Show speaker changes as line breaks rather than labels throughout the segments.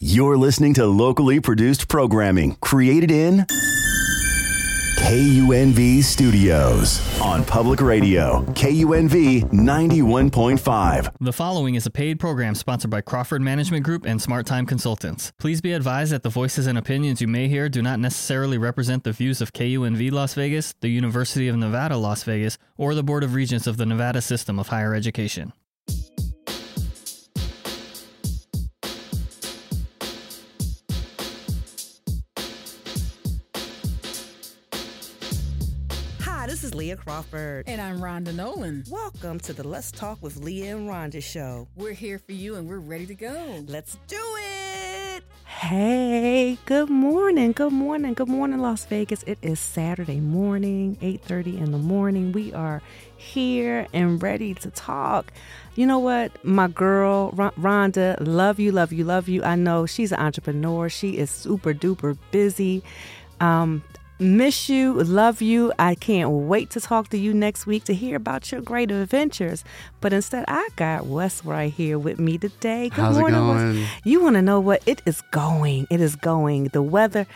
You're listening to locally produced programming created in KUNV Studios on public radio, KUNV 91.5.
The following is a paid program sponsored by Crawford Management Group and Smart Time Consultants. Please be advised that the voices and opinions you may hear do not necessarily represent the views of KUNV Las Vegas, the University of Nevada, Las Vegas, or the Board of Regents of the Nevada System of Higher Education.
Hi, this is Leah Crawford.
And I'm Rhonda Nolan.
Welcome to the Let's Talk with Leah and Rhonda show.
We're here for you and we're ready to go.
Let's do it.
Hey, good morning, good morning, good morning, Las Vegas. It is Saturday morning, 8:30 in the morning. We are here and ready to talk. You know what, my girl Ron- Rhonda, love you, love you, love you. I know she's an entrepreneur. She is super duper busy. Um, miss you, love you. I can't wait to talk to you next week to hear about your great adventures. But instead, I got Wes right here with me today. Good
How's it
morning, Wes.
going?
You want to know what? It is going. It is going. The weather,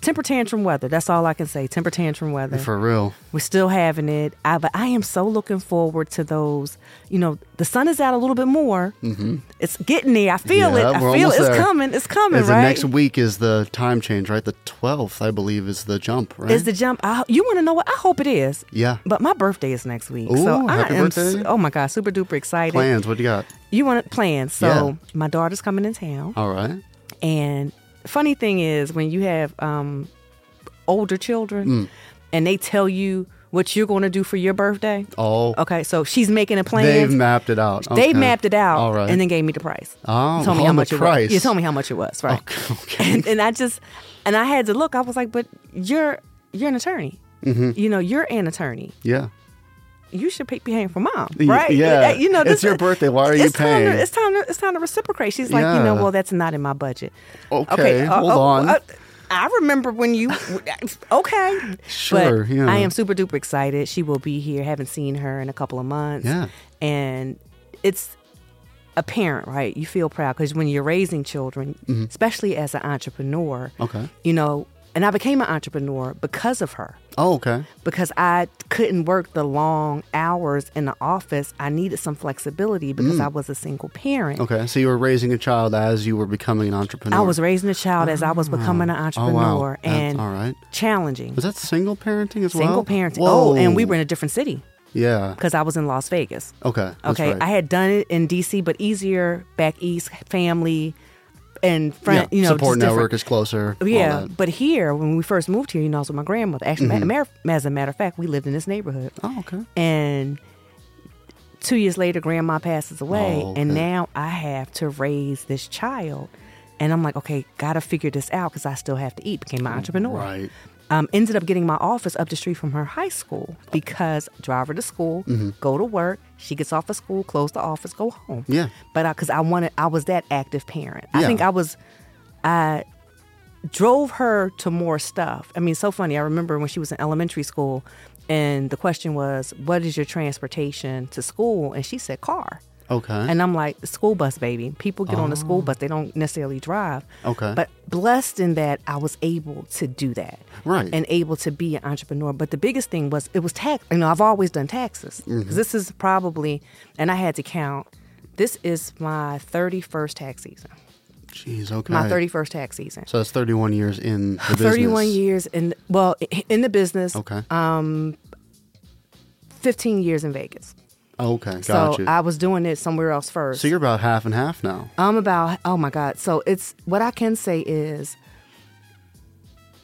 temper tantrum weather. That's all I can say. Temper tantrum weather.
For real.
We're still having it. I, but I am so looking forward to those. You know, the sun is out a little bit more. Mm-hmm. It's getting there. I feel
Yeah,
it. I
we're
feel it.
almost
It's
there.
coming. It's coming,
Is
right?
The next week is the time change, right? The 12th, I believe, is the jump, right?
Is the jump? I, you want to know what? I hope it is.
Yeah.
But my birthday is next week, so
Ooh,
I
happy
am.
birthday.
su- Oh my god, super duper excited.
Plans, what do you got?
You want plans? So my daughter's coming in town.
All right.
And funny thing is, when you have um, older children
Mm.
and they tell you what you're going to do for your birthday,
Oh,
okay, so she's making a plan.
they've mapped it out.
They
Okay.
mapped it out
All right.
and then gave me the price.
Oh,
told me
oh,
how
the
much it
price.
was. You told me how much it was, right?
Okay, okay.
And, and I just and I had to look. I was like, but you're you're an attorney.
Mm-hmm.
You know, you're an attorney.
yeah.
You should pay- be paying for mom,
Y-
right?
yeah.
you know,
It's your birthday. Why are you
it's time to-
paying?
it's time. To, it's time to reciprocate. She's like, you know,
Yeah.
well, that's not in my budget. uh, oh,
Okay, hold on.
I remember when you. Okay.
Sure,
But
yeah.
I am super duper excited. She will be here. Haven't seen her in a couple of months.
Yeah.
And it's a parent, right? You feel proud because when you're raising children, especially as an entrepreneur,
Mm-hmm. Okay.
you know, and I became an entrepreneur because of her
Oh, okay.
because I couldn't work the long hours in the office. I needed some flexibility because I was a single parent.
Mm. Okay. So you were raising a child as you were becoming an entrepreneur.
I was raising a child as I was becoming an
Oh, wow.
entrepreneur
That's
and
all right.
challenging.
Was that single parenting as
Single
well?
parenting.
Whoa.
Oh, and we were in a different city
Yeah.
because I was in Las Vegas.
Okay. that's
Okay.
right.
I had done it in DC, but easier back east, family and friend,
yeah.
you know,
support
just
network
different.
is closer. all
Yeah,
that.
but here when we first moved here, you know, I was with my grandmother. Actually, ma- matter-
Mm-hmm.
as a matter of fact, we lived in this neighborhood.
Oh, okay.
And two years later, grandma passes away.
Oh, okay.
And now I have to raise this child. And I'm like, okay, gotta figure this out because I still have to eat. Became an entrepreneur.
Mm, Right.
Um, ended up getting my office up the street from her high school because drive her to school,
Mm-hmm.
go to work. She gets off of school, close the office, go home.
Yeah.
But because I, wanted, I was that active parent. I
Yeah.
think I was, I drove her to more stuff. I mean, so funny. I remember when she was in elementary school, and the question was, "What is your transportation to school?" And she said, "Car."
Okay.
And I'm like, "School bus, baby. People get on the school bus; they don't necessarily drive."
Oh. Okay.
But blessed in that I was able to do that,
Right.
And able to be an entrepreneur. But the biggest thing was it was tax. You know, I've always done taxes.
Mm-hmm.
'Cause This is probably, and I had to count. This is my 31st tax season.
Jeez. Okay.
My 31st tax season.
So that's 31 years in the business.
31 years Um, in well i- in the business
Okay.
15 years in vegas
okay. Got
so
you.
i was doing it somewhere else first
so you're about half and half now.
i'm about oh my god so it's what i can say is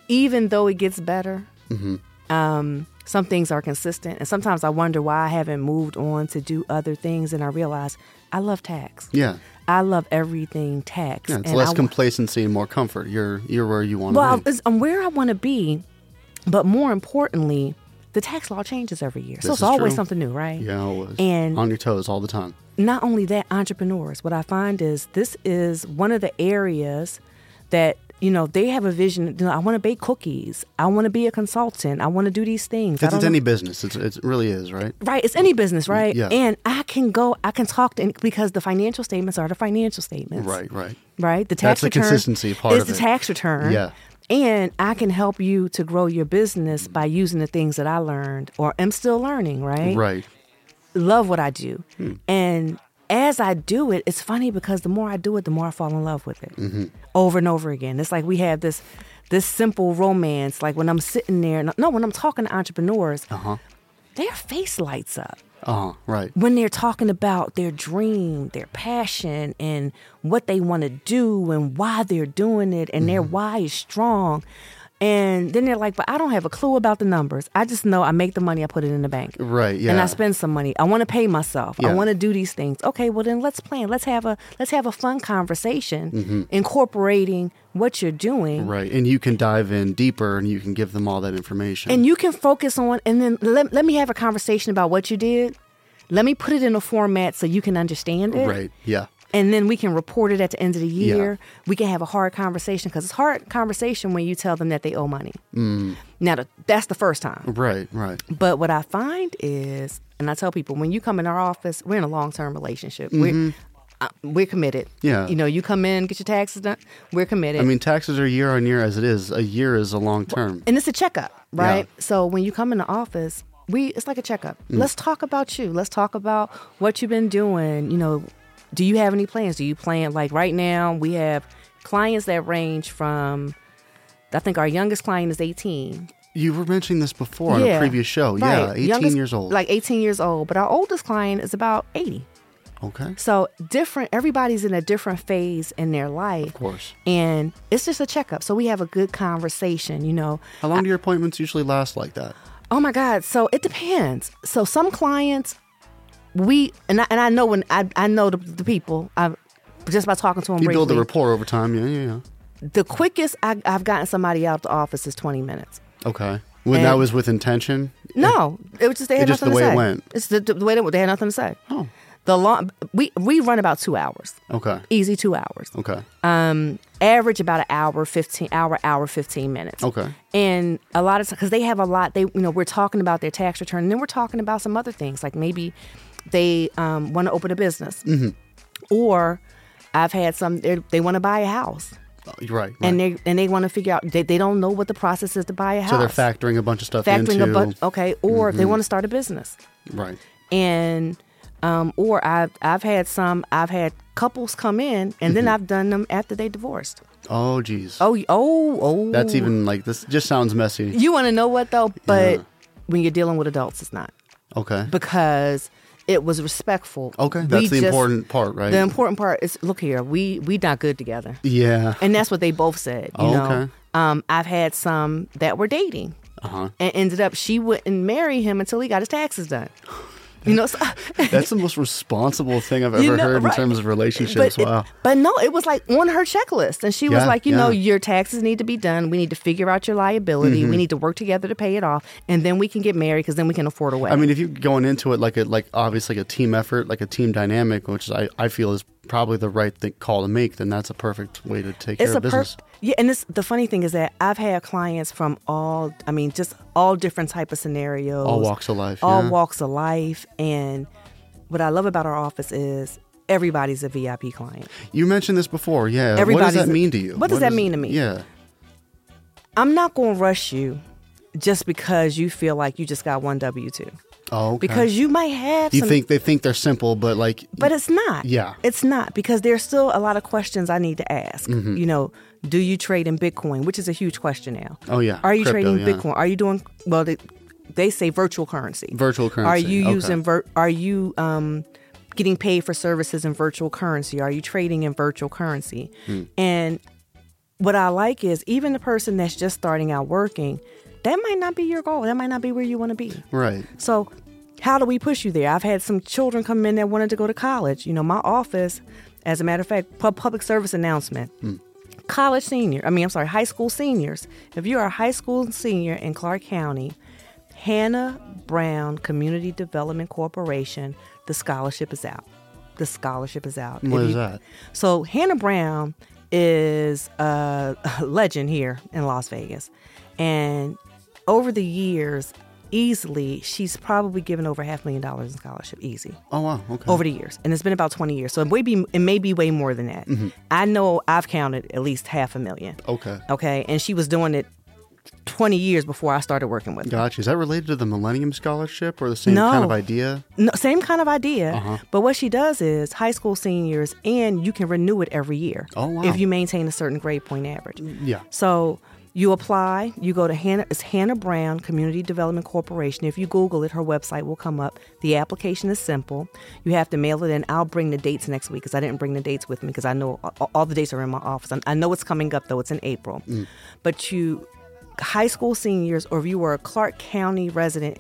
even though it gets better
Mm-hmm.
um, some things are consistent and sometimes i wonder why i haven't moved on to do other things and i realize i love tax
Yeah.
i love everything tax
Yeah. It's
and
less
I-
complacency and more comfort. You're you're where you want to
Well,
be.
it's, I'm where I want to be, but more importantly, the tax law changes every year, so
This
it's
is
always
true.
something new, right?
yeah. Always.
and-
on your toes all the time.
Not only that, entrepreneurs. What I find is this is one of the areas that you know, they have a vision. You know, I want to bake cookies. I want to be a consultant. I want to do these things. I
It's,
don't
it's
know-
any business. It's, it really is, right?
Right, it's any business, right?
yeah.
And I can go, I can talk to, because the financial statements are the financial statements.
Right, right.
Right? The tax
That's the
return
consistency part
is
of
the
it.
tax return.
Yeah.
And I can help you to grow your business by using the things that I learned or am still learning, right?
Right.
Love what I do. And as I do it, it's funny because the more I do it, the more I fall in love with it over and over again. It's like we have this this simple romance. Like when I'm sitting there, and- no, when I'm talking to entrepreneurs, uh-huh. their face lights up
Uh huh. Right.
when they're talking about their dream, their passion, and what they want to do and why they're doing it, and their why is strong. And then they're like, but I don't have a clue about the numbers. I just know I make the money, I put it in the bank.
Right,
And I
yeah.
spend some money. I want to pay myself. I
Yeah.
want to do these things. Okay, well then let's plan. Let's have a let's have a fun conversation incorporating what you're doing.
Mm-hmm. Right. And you can dive in deeper and you can give them all that information.
And you can focus on, and then let, let me have a conversation about what you did. Let me put it in a format so you can understand it.
Right. Yeah.
And then we can report it at the end of the
Yeah.
year. We can have a hard conversation because it's hard conversation when you tell them that they owe money.
Mm.
Now, the, that's the first time.
Right. Right.
But what I find is, and I tell people, when you come in our office, we're in a long term relationship. We're, uh, we're committed.
Mm-hmm. Yeah.
You know, you come in, get your taxes done, we're committed.
I mean, taxes are year on year as it is. A year is a long term.
and it's a checkup, right?
Yeah.
So when you come in the office, we it's like a checkup.
Mm.
Let's talk about you. Let's talk about what you've been doing. You know, do you have any plans? Do you plan like right now? We have clients that range from. I think our youngest client is 18.
You were mentioning this before on a previous show. Yeah,
Right.
18
Youngest-
years old.
Like 18 years old, but our oldest client is about 80.
okay,
So different. Everybody's in a different phase in their life.
of course.
And it's just a checkup. So we have a good conversation, you know.
How long do your appointments usually last like that?
Oh my God. So it depends. So some clients, we and I, and I know when I I know the, the people. I just by talking to them.
You build the
briefly.
rapport over time. Yeah, yeah, yeah.
The quickest I, I've gotten somebody out of the office is twenty minutes.
Okay. When
And-
that was with intention.
No, it was just they had
It's just
nothing
the
to
way it
say.
went.
It's the, the way they, they had nothing to say.
Oh.
The long we we run about two hours,
Okay.
easy two hours.
Okay.
Um, average about an hour, fifteen hour, hour fifteen minutes.
Okay.
and a lot of because they have a lot they you know we're talking about their tax return and then we're talking about some other things like maybe they um, want to open a business
Mm-hmm.
or i've had some they're- they want to buy a house
Oh, you're right. right.
and they and they want to figure out they, they don't know what the process is to buy a house
so they're factoring a bunch of stuff
factoring
into Mm-hmm.
a bunch okay or they want to start a business
right.
and um, or I've, I've had some i've had couples come in and then i've done them after they divorced
Oh, geez.
Mm-hmm. oh y- oh oh
That's even like this. Just sounds messy.
you want to know what though but when you're dealing with adults it's not
Okay.
because it was respectful.
Okay,
We
that's the
just-
important part, right?
The important part is look here, we we not good together,
yeah.
and that's what they both said. You
Oh,
know,
okay.
um, I've had some that were dating
Uh-huh.
and ended up she wouldn't marry him until he got his taxes done. You know, so,
That's the most responsible thing I've ever
You know,
heard
right.
in terms of relationships.
But it-
wow.
but no, it was like on her checklist, and she was
Yeah,
like, you know,
yeah. Mm-hmm.
your taxes need to be done. We need to figure out your liability. We need to work together to pay it off, and then we can get married because then we can afford a wedding.
I mean, if you're going into it like a like obviously like a team effort, like a team dynamic, which is, I, I feel is probably the right th- call to make, then that's a perfect way to take care
it's a
of business.
perfect yeah and this the funny thing is that i've had clients from all i mean just all different type of scenarios
All walks of life,
all
yeah.
walks of life and what i love about our office is everybody's a vip client
you mentioned this before, yeah. what does
Everybody's
that
a-
mean to you?
what does that mean to me?
Yeah,
i'm not going to rush you just because you feel like you just got one w2
oh, okay.
because you might have
you
some
think they think they're simple, but like,
but it's not.
Yeah.
It's not because there's still a lot of questions I need to ask.
Mm-hmm.
You know, do you trade in Bitcoin, which is a huge question now?
Oh, yeah.
Are you
Crypto,
trading
yeah.
Bitcoin? Are you doing well they, they say virtual currency.
Virtual
Are
currency,
you
okay.
using vir- are you um getting paid for services in virtual currency? Are you trading in virtual currency?
Hmm.
And what I like is even the person that's just starting out working, that might not be your goal. That might not be where you want to be.
right,
So, how do we push you there? I've had some children come in that wanted to go to college. You know, my office, as a matter of fact, pub- public service announcement. College senior, I mean, I'm sorry, high school seniors. If you are a high school senior in Clark County, Hannah Brown Community Development Corporation, the scholarship is out. The scholarship is out.
What
If
is
you-
that?
So, Hannah Brown is a legend here in Las Vegas. And over the years, easily, she's probably given over half a million dollars in scholarship, easy
Oh wow. Okay.
over the years, and it's been about 20 years. So it may be, it may be way more than that. I know I've counted at least half a million.
Mm-hmm. okay.
Okay, and she was doing it 20 years before I started working with her.
Gotcha. Is that related to the Millennium Scholarship or the same kind of
No.
idea?
No, same kind of idea,
Uh-huh.
but what she does is high school seniors, and you can renew it every year
Oh, wow.
if you maintain a certain grade point average.
Yeah.
So you apply, you go to Hannah, it's Hannah Brown Community Development Corporation. If you Google it, her website will come up. The application is simple. You have to mail it in. I'll bring the dates next week because I didn't bring the dates with me because I know all, all the dates are in my office. I- I know it's coming up though, it's in April. But you, high school seniors, or if you were a Clark County resident,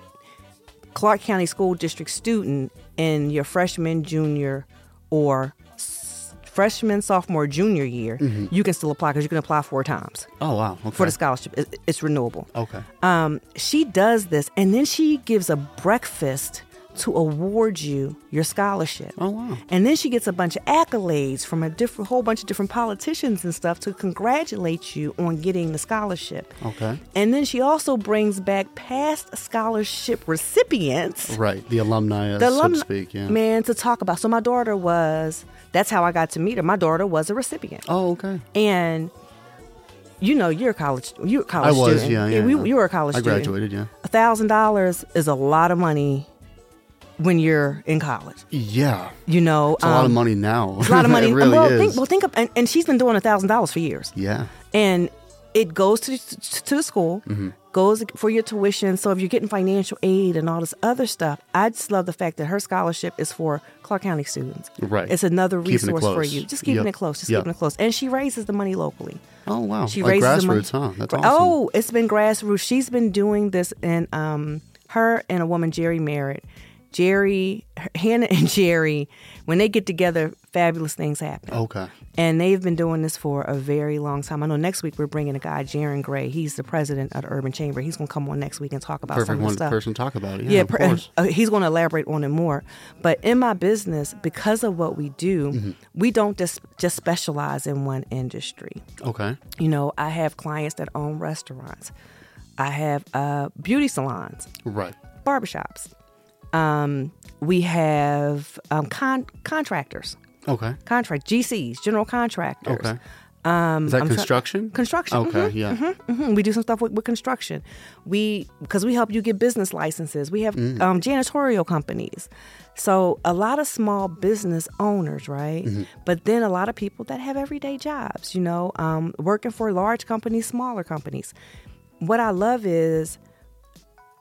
Clark County School District student in your freshman, junior, or s- freshman, sophomore, junior year,
Mm-hmm.
you can still apply because you can apply four times
Oh wow. Okay.
for the scholarship. It- It's renewable.
okay.
Um, she does this, and then she gives a breakfast to award you your scholarship.
Oh wow.
And then she gets a bunch of accolades from a different whole bunch of different politicians and stuff to congratulate you on getting the scholarship.
Okay.
And then she also brings back past scholarship recipients
Right. The alumni, uh,
the
so to
alumni
speak. Yeah.
man to talk about. So my daughter was that's how I got to meet her. My daughter was a recipient,
Oh okay.
and you know you're a college you're a
I
college
was.
student.
Yeah. Yeah.
we,
yeah.
you were a college
I
student.
graduated. Yeah.
A thousand dollars is a lot of money when you're in college.
Yeah.
You know,
It's a lot of
um,
money now.
It's a lot of money.
it really
well,
is.
think well think of, and, and she's been doing a thousand dollars for years
yeah.
and it goes to to the school,
Mm-hmm.
goes for your tuition. So if you're getting financial aid and all this other stuff, I just love the fact that her scholarship is for Clark County students.
Right.
it's another
Keeping it
resource for
close.
you. Just keeping
Yep.
it close. Just
Yep.
keeping it close. And she raises the money locally.
Oh wow.
She
like
raises the money.
grassroots, huh? That's
Gra-
awesome.
Oh, it's been grassroots. She's been doing this, and um, her and a woman, Jerry Merritt, Jerry, Hannah, and Jerry, when they get together, fabulous things happen.
Okay.
And they've been doing this for a very long time. I know next week we're bringing a guy, Jaron Gray. He's the president of the Urban Chamber. He's going to come on next week and talk about
Perfect
some of the
one
stuff.
person to talk about it. Yeah.
yeah,
of
per-
course.
uh, he's going to elaborate on it more. But in my business, because of what we do,
Mm-hmm.
we don't just just specialize in one industry.
Okay.
You know, I have clients that own restaurants. I have uh, beauty salons
Right.
barbershops. Um, we have um, con- contractors, Mm,
Okay.
contract GCs, general contractors.
Okay. Um, is that
I'm try-
construction?
Construction.
Okay.
mhm,
Yeah.
mhm. We do some stuff with, with construction. We because we help you get business licenses. We have um, janitorial companies. So a lot of small business owners, right? But then a lot of people that have everyday jobs. You know, um, working for large companies, smaller companies. What I love is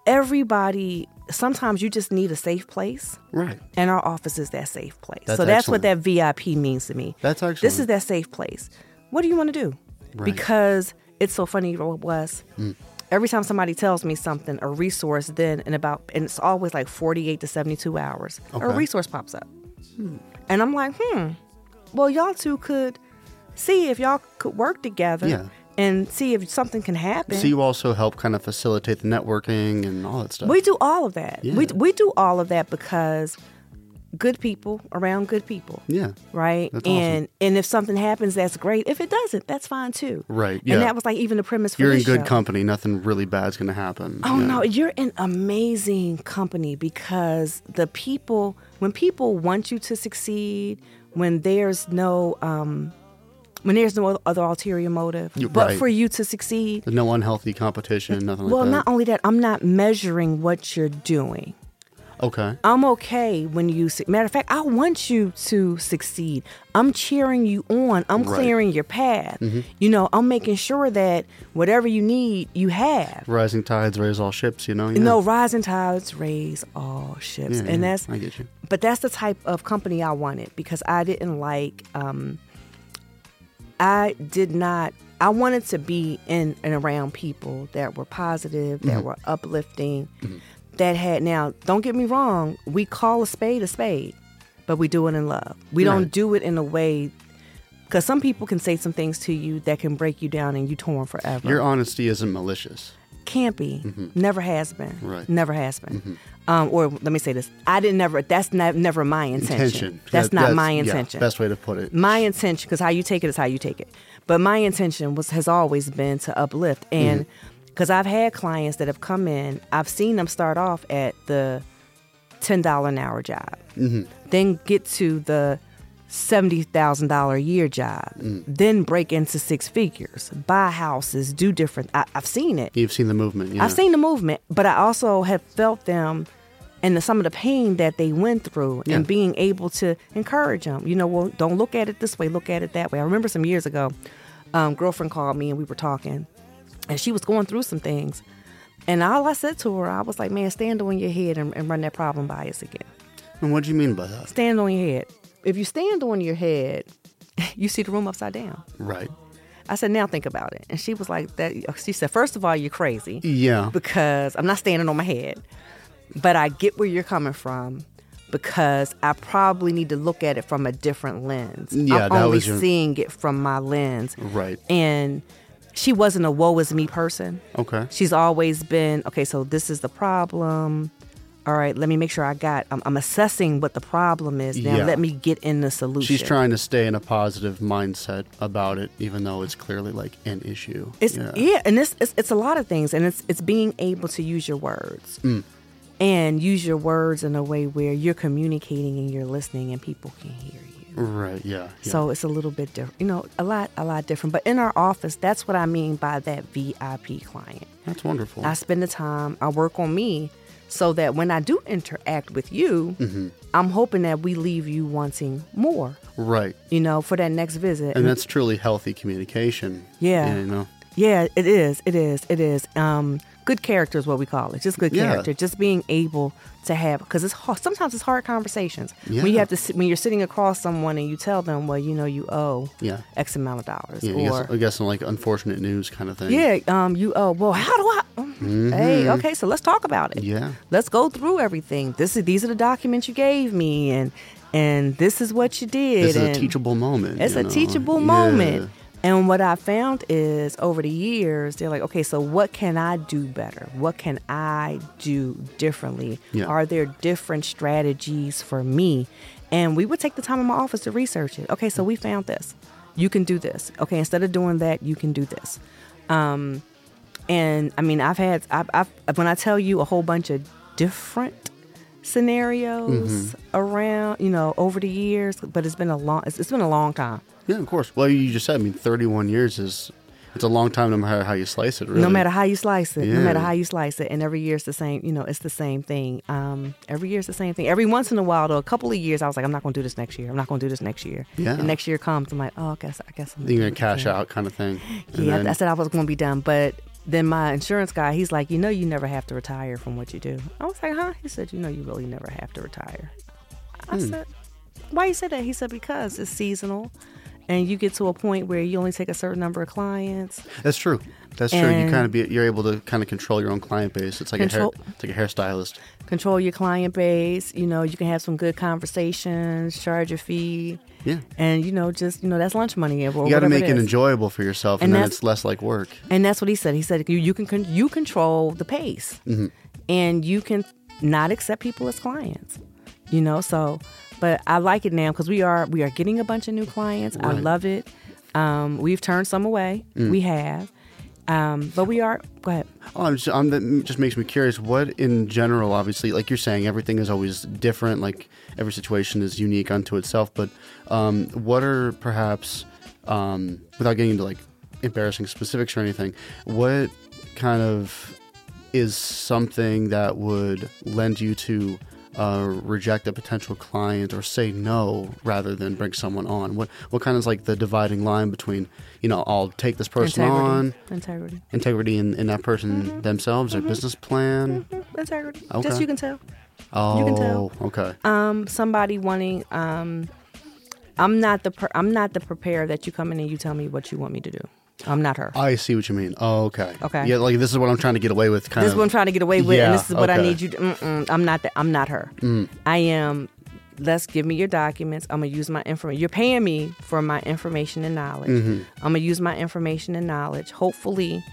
everybody. Sometimes you just need a safe place
Right.
and our office is that safe place.
That's
so that's what that
excellent.
VIP means to me.
That's
This is
excellent.
that safe place. What do you want to do?
Right. Mm.
Because it's so funny what was. Every time somebody tells me something, a resource then in about and it's always like 48 to 72 hours, a
Okay.
resource pops up. And I'm like, "Hmm. Well, y'all two could see if y'all could work together
Yeah.
and see if something can happen."
So you also help kind of facilitate the networking and all that stuff.
We do all of that. We,
Yeah.
we do all of that because good people around good people.
Yeah.
Right.
That's awesome.
and and if something happens, that's great. If it doesn't, that's fine too.
Right, yeah.
And that was like even the premise for
You're in
this
good
show.
company. Nothing really bad's going to happen.
Oh
Yeah.
no, you're in amazing company because the people when people want you to succeed, when there's no um when there's no other ulterior motive,
You're
but
right.
for you to succeed,
There's no unhealthy competition. Nothing
well,
like
not
that.
only that, I'm not measuring what you're doing.
okay.
I'm okay when you. su- Matter of fact, I want you to succeed. I'm cheering you on. I'm
Right. Mm-hmm.
clearing your path. You know, I'm making sure that whatever you need, you have.
Rising tides raise all ships. You know. Yeah.
No rising tides raise all ships,
Yeah, yeah,
and that's.
I get you.
But that's the type of company I wanted because I didn't like. Um, I did not. I wanted to be in and around people that were positive, that were uplifting, that had. Now, don't get me wrong. We call a spade a spade, but we do it in love. We
Right.
don't do it in a way. Because some people can say some things to you that can break you down and you torn forever.
Your honesty isn't malicious.
can't be. Never has been.
Mm-hmm. Right. Mm-hmm.
Never has been. Um, or let me say this: I didn't never. That's not, never my intention.
Intention.
That's
That-
not my
yeah,
intention.
best way to put it.
my intention because how you take it is how you take it but my intention was has always been to uplift
Mm-hmm.
and because i've had clients that have come in i've seen them start off at the $10 an hour job
Mm-hmm.
then get to the $70,000 a year job
Mm.
then break into six figures buy houses do different I, i've seen it
You've seen the movement. Yeah.
I've seen the movement, but I also have felt them and the, some of the pain that they went through
Yeah.
and being able to encourage them. You know, well, don't look at it this way, look at it that way. I remember some years ago, um, girlfriend called me and we were talking, and she was going through some things. And all I said to her, I was like, man, stand on your head and, and run that problem by us again.
And what do you mean by that?
Stand on your head. If you stand on your head, you see the room upside down.
Right.
I said, now think about it. And she was like, that. She said, first of all, you're crazy
Yeah.
because I'm not standing on my head, but I get where you're coming from because I probably need to look at it from a different lens.
Yeah,
I'm
that
only
was your-
seeing it from my lens.
Right.
And she wasn't a woe is me person.
Okay.
She's always been, okay, so this is the problem. All right, let me make sure I got, I'm, I'm assessing what the problem is. Now
Yeah.
let me get in the solution.
She's trying to stay in a positive mindset about it, even though it's clearly like an issue.
It's e- yeah,
yeah.
and it's, it's it's a lot of things, and it's it's being able to use your words
Mm.
and use your words in a way where you're communicating and you're listening, and people can hear you.
Right. Yeah. yeah.
So it's a little bit different, you know, a lot a lot different. But in our office, that's what I mean by that VIP client.
that's wonderful.
I spend the time, I work on me, so that when I do interact with you,
Mm-hmm.
I'm hoping that we leave you wanting more,
right.
you know, for that next visit.
And that's truly healthy communication.
Yeah.
You know.
Yeah, it is. It is. It is. Um, good character is what we call it. Just good
Yeah.
character. Just being able to have because it's hard, sometimes it's hard conversations when you
Yeah.
have to sit, when you're sitting across someone and you tell them, well, you know, you owe
Yeah.
X amount of dollars,
Yeah. I guess, I
or
guess some like unfortunate news kind of thing.
yeah, um, you owe. Well, how do I? um, Hey, okay, so let's talk about it.
Mm-hmm. Yeah.
let's go through everything. This is these are the documents you gave me, and and this is what you did.
This is a
and-
teachable moment.
it's
you
a
know?
teachable
Yeah.
moment. And what I found is over the years, they're like, okay, so what can I do better? What can I do differently?
Yeah.
Are there different strategies for me? And we would take the time in my office to research it. Okay, so we found this. You can do this. Okay, instead of doing that, you can do this. Um, and I mean, I've had, I've, I've, when I tell you a whole bunch of different scenarios around, you know, over the years, but it's been a long, it's, it's been a long time.
Yeah, of course. Well, you just said. I mean, thirty-one years is. It's a long time, no matter how you slice it. Really.
No matter how you slice it, no matter
Yeah.
how you slice it, and every year it's the same. You know, it's the same thing. Um, every year it's the same thing. Every once in a while, though, a couple of years, I was like, I'm not going to do this next year. I'm not going to do this next year.
Yeah.
And next year comes, I'm like, oh, I guess, I guess I'm
You're
not
gonna cash
do it."
out, kind of thing. And
Yeah,
then-
I said I was going to be done, but then my insurance guy, he's like, you know, you never have to retire from what you do. I was like, huh? He said, you know, you really never have to retire. I
Hmm.
said, why you say that? He said, because it's seasonal. And you get to a point where you only take a certain number of clients.
That's true. That's true. You
And-
kind of be you're able to kind of control your own client base. It's like
Control-
a hair, it's like a hairstylist.
control your client base. You know, you can have some good conversations, charge a fee,
Yeah.
and you know, just you know, that's lunch money. Or
You got to
whatever
make it
is.
enjoyable for yourself, and,
And
then
that's-
it's less like work.
And that's what he said. He said you, you can con- you control the pace,
Mm-hmm.
and you can not accept people as clients. You know, so but I like it now because we are we are getting a bunch of new clients. I
Right. Mm.
love it. Um, we've turned some away. We have. Um, but we are go ahead.
Oh, I'm just, I'm, that just makes me curious. What in general, obviously, like you're saying, everything is always different. Like every situation is unique unto itself. But um, what are perhaps, um, without getting into like embarrassing specifics or anything, what kind of is something that would lend you to uh, reject a potential client or say no rather than bring someone on? What what kind is like the dividing line between you know I'll take this person
Integrity.
on
Integrity.
integrity in, in that person
Mm-hmm.
themselves, their business plan.
Integrity.
Okay.
Just you can tell.
Oh,
Mm-hmm. can tell.
okay.
um somebody wanting um I'm not the per- I'm not the preparer that you come in and you tell me what you want me to do. I'm not her.
I see what you mean. Oh, okay.
Okay.
Yeah, like this is what I'm trying to get away with. Kind
this is
of.
what I'm trying to get away with, and
Yeah,
this is what I
okay. Mm.
need you. To, mm-mm, I'm not that. I'm not her. I am. Let's give me your documents. I'm gonna use my information. You're paying
Mm-hmm.
me for my information and knowledge. I'm gonna use my information and knowledge. Hopefully,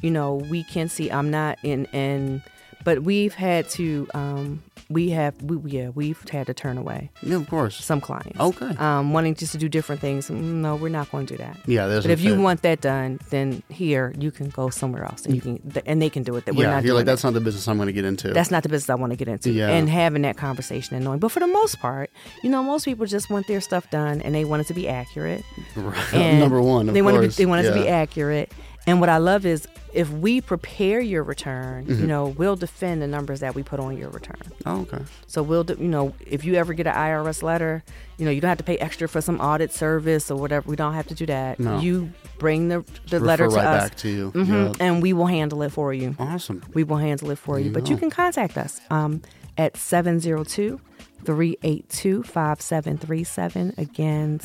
you know, we can see I'm not in and but we've had to um we have we yeah, we've had to turn away
Yeah, of course.
some clients.
Okay.
Um wanting just to do different things. Mm, No, we're not going to do that.
Yeah, that's
But if you
unfair.
want that done, then here you can go somewhere else and you can th- and they can do it that we're
Mm. yeah,
not
you're
doing
like
it.
that's not the business I'm going to get into.
That's not the business I want to get into.
Yeah.
And having that conversation and knowing. But for the most part, you know, most people just want their stuff done and they want it to be accurate.
Right.
And
number one. Of
they want to be,
course.
they want it to be
Yeah.
accurate. And what I love is if we prepare your return,
Mm-hmm.
you know, we'll defend the numbers that we put on your return.
Oh, okay.
So we'll do, you know, if you ever get an IRS letter, you know, you don't have to pay extra for some audit service or whatever. We don't have to do that.
No.
You bring the, the
Refer
letter to
right
us
back to you.
Mhm.
Yeah.
and we will handle it for you.
Awesome.
We will handle it for you. But you
go.
can contact us um, at 702 382 5737. Again,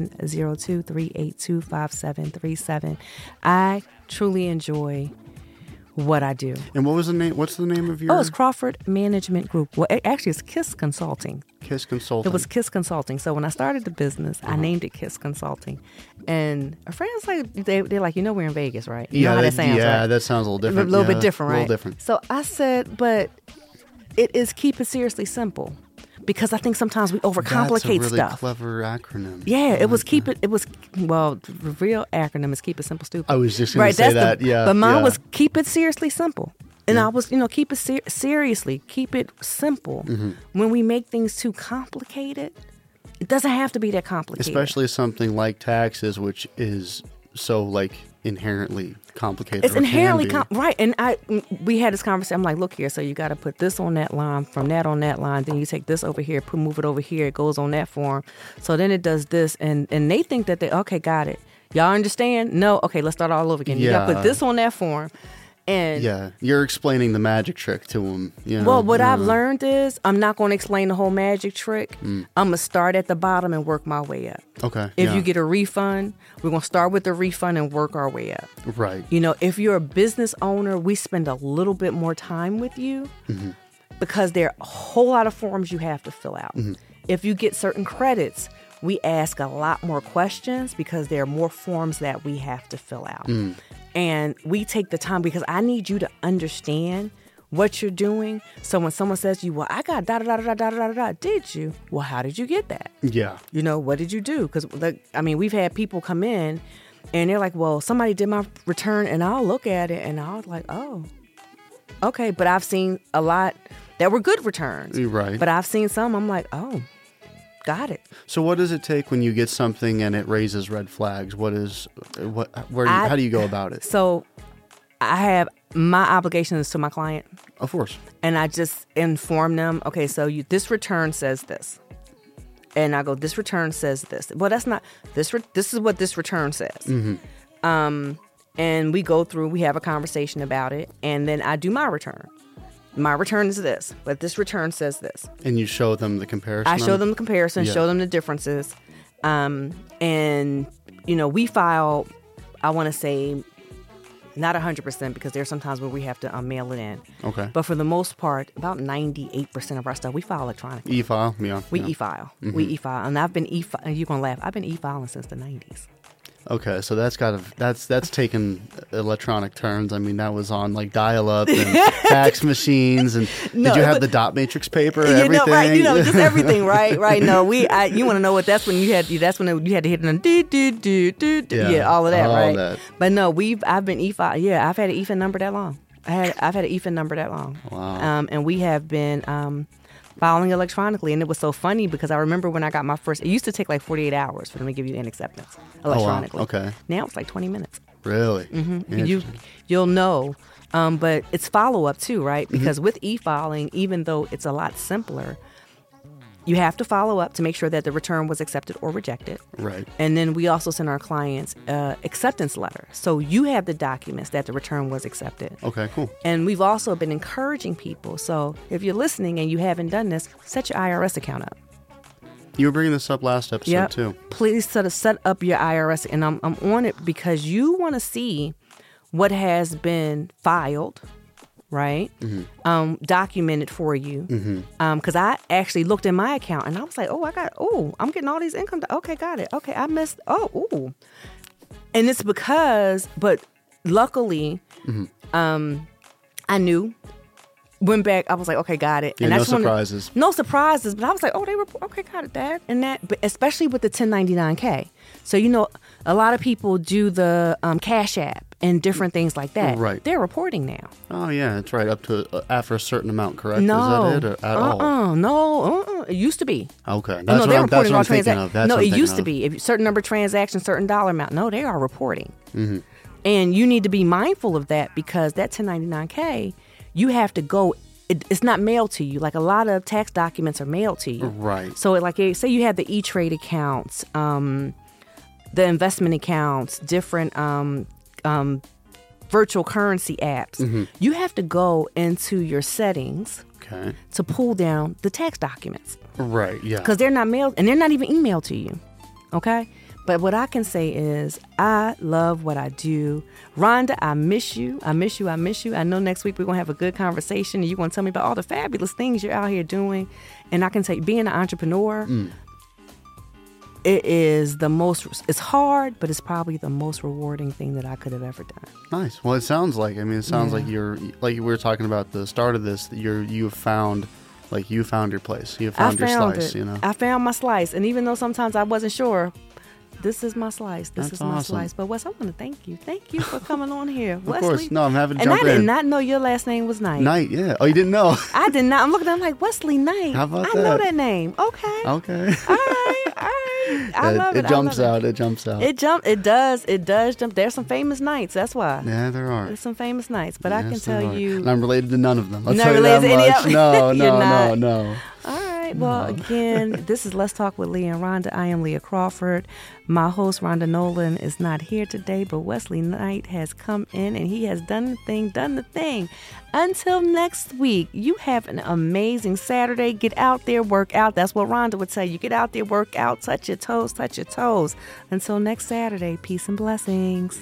702 382 5737. I truly enjoy what I do.
And what was the name? What's the name of your
Oh, it's Crawford Management Group. Well, a- actually, it's KISS Consulting.
Kiss Consulting?
It was Kiss Consulting. So when I started the business,
Uh-huh.
I named it Kiss Consulting. And a friend's like, they, they're like, you know, we're in Vegas, right? You know how that sounds,
yeah,
right?
that sounds a little different.
A little
Yeah,
bit different, right?
A little different.
So I said, but it is keep it seriously simple because I think sometimes we overcomplicate
That's a really
stuff.
Clever acronym.
Yeah, it was keep it. It was well, the real acronym is keep it simple stupid.
I was just gonna say
that's the-
that, yeah,
but mine
yeah.
was keep it seriously simple, and I was you know keep it ser- seriously, keep it simple.
Mm-hmm.
When we make things too complicated, it doesn't have to be that complicated.
Especially something like taxes, which is so like inherently complicated.
It's
or can
inherently
be.
com- right, and I we had this conversation. I'm like, look here, so you got to put this on that line, from that on that line, then you take this over here, put move it over here. It goes on that form, so then it does this, and and they think that they okay, got it. Y'all understand? No, okay, let's start all over again. You got to
Yeah.
put this on that form, and
Yeah, you're explaining the magic trick to them. You know?
well, what I've
Yeah.
learned is I'm not going to explain the whole magic trick. I'm gonna start at the bottom and work my way up.
Mm. Okay.
If
yeah.
you get a refund, we're gonna start with the refund and work our way up.
right,
You know, if you're a business owner, we spend a little bit more time with you because there are a whole lot of forms you have to fill out. If you get certain credits, we ask a lot more questions because there are more forms that we have to fill out. And we take the time because I need you to understand what you're doing. So when someone says to you, Well, I got da da da da da da da da, did you? Well, how did you get that?
yeah,
you know what did you do because like i mean we've had people come in and they're like well somebody did my return and i'll look at it and i was like oh okay but i've seen a lot that were good returns
You're right.
but i've seen some i'm like oh got it
So, what does it take when you get something and it raises red flags? What is what? Where? Do you,
I-
how do you go about it?
so i have my obligations to my client
Of course.
and I just inform them, okay, so you this return says this. And I go, this return says this. Well, that's not this. Re- this is what this return says. Um, and we go through, we have a conversation about it, and then I do my return. My return is this, but this return says this.
And you show them the comparison.
I show
on-
them the comparison,
Yeah.
show them the differences. Um, and, you know, we file, I want to say, not 100% because there's sometimes where we have to um, mail it in.
Okay.
But for the most part, about 98% of our stuff, we file electronically.
e-file. Yeah. Mm-hmm.
we
yeah.
e-file. We e-file. And I've been e-filing, you're going to laugh, I've been e-filing since the 90s.
Okay, so that's got to that's that's taken electronic turns. I mean, that was on like dial-up and fax machines, and
No,
did you have
but-
the dot matrix paper?
You
everything.
know, right? You know, just everything, right? Right? No, we. I, you want to know what? That's when you had. That's when you had to hit the do do do do. do
Yeah,
yeah, all of that,
all
right?
that.
But no, we've. I've been EFI. Yeah, I've had an EFI number that long. I had. I've had an EFI number that long.
Wow.
Um, and we have been um, filing electronically, and it was so funny because I remember when I got my first. It used to take like forty eight hours for them to give you an acceptance electronically.
Oh, Okay.
Now it's like twenty minutes
really. Mm-hmm.
you you'll know um, but it's follow-up too right
Mm-hmm.
because with e-filing even though it's a lot simpler you have to follow up to make sure that the return was accepted or rejected
right.
and then we also send our clients uh, acceptance letter so you have the documents that the return was accepted
Okay. Cool.
and we've also been encouraging people so if you're listening and you haven't done this set your irs account up
You were bringing this up last episode
yeah.
too.
Please set, set up your IRS, and I'm, I'm on it because you want to see what has been filed, right?
Mm-hmm.
Um, documented for you. Because I actually looked in my account and I was like, oh, I got, oh, I'm getting all these income. do- okay, got it. Okay, I missed. Oh, ooh. And it's because, but luckily,
Mm-hmm.
um, I knew. Went back. I was like, okay, got it.
Yeah,
I
no
wanted-
surprises.
no surprises. But I was like, oh, they were okay, got it, that and that. But especially with the 1099K. So you know, a lot of people do the um, Cash App and different things like that.
Right.
They're reporting now.
Oh yeah, that's right. Up to uh, after a certain amount, correct?
no.
Is that it or at
uh-uh,
all?
No. Uh-uh. It used to be.
Okay, that's
Oh, no, they're
what I'm, that's
reporting
what I'm
all
thinking
transactions.
of. That's
no,
what I'm
it used
thinking
to
of.
be. If certain number of transactions, certain dollar amount. No, they are reporting.
Mm-hmm.
And you need to be mindful of that because that 1099K, you have to go. It, it's not mailed to you. Like a lot of tax documents are mailed to you.
Right.
So, like, eh, say you had the E Trade accounts, um, the investment accounts, different um, um, virtual currency apps.
Mm-hmm.
You have to go into your settings
Okay.
to pull down the tax documents
Right. Yeah.
because they're not mailed and they're not even emailed to you. Okay. But what I can say is, I love what I do. Rhonda, I miss you. I miss you. I miss you. I know next week we're going to have a good conversation and you're going to tell me about all the fabulous things you're out here doing. And I can say, being an entrepreneur, it is the most, it's hard, but it's probably the most rewarding thing that I could have ever done.
Nice. Well, it sounds like. I mean, it sounds like you're like we were talking about at the start of this. That you're you have found, like you found your place. You have found,
I found
your slice.
it.
You know.
I found my slice, and even though sometimes I wasn't sure, this is my slice. This
That's
is my
awesome.
slice. But Wes, I want to thank you. Thank you for coming on here,
course.
Wesley.
No, I'm happy to
And
jump
I did
in.
not know your last name was Knight.
Night. Yeah. Oh, you didn't know.
I did not. I'm looking. I'm like Wesley Knight.
How about
I know
that?
that name. Okay.
okay.
All right. All right. I
it,
love it. I
jumps
love
out. It jumps out.
It. it jump. It does. It does jump. There's some famous knights. That's why.
yeah, there are.
There's some famous knights. But I can
Yes, there
tell
are.
you.
And I'm related to none of them. I'll
Not
tell you
related
that
to any of
much.
them.
No,
You're
no, no,
not.
no.
All right. Well, again, this is Let's Talk with Leah and Rhonda. I am Leah Crawford. My host, Rhonda Nolan, is not here today, but Wesley Knight has come in and he has done the thing, done the thing. Until next week, you have an amazing Saturday. Get out there, work out. That's what Rhonda would tell you. Get out there, work out, touch your toes, touch your toes. Until next Saturday, peace and blessings.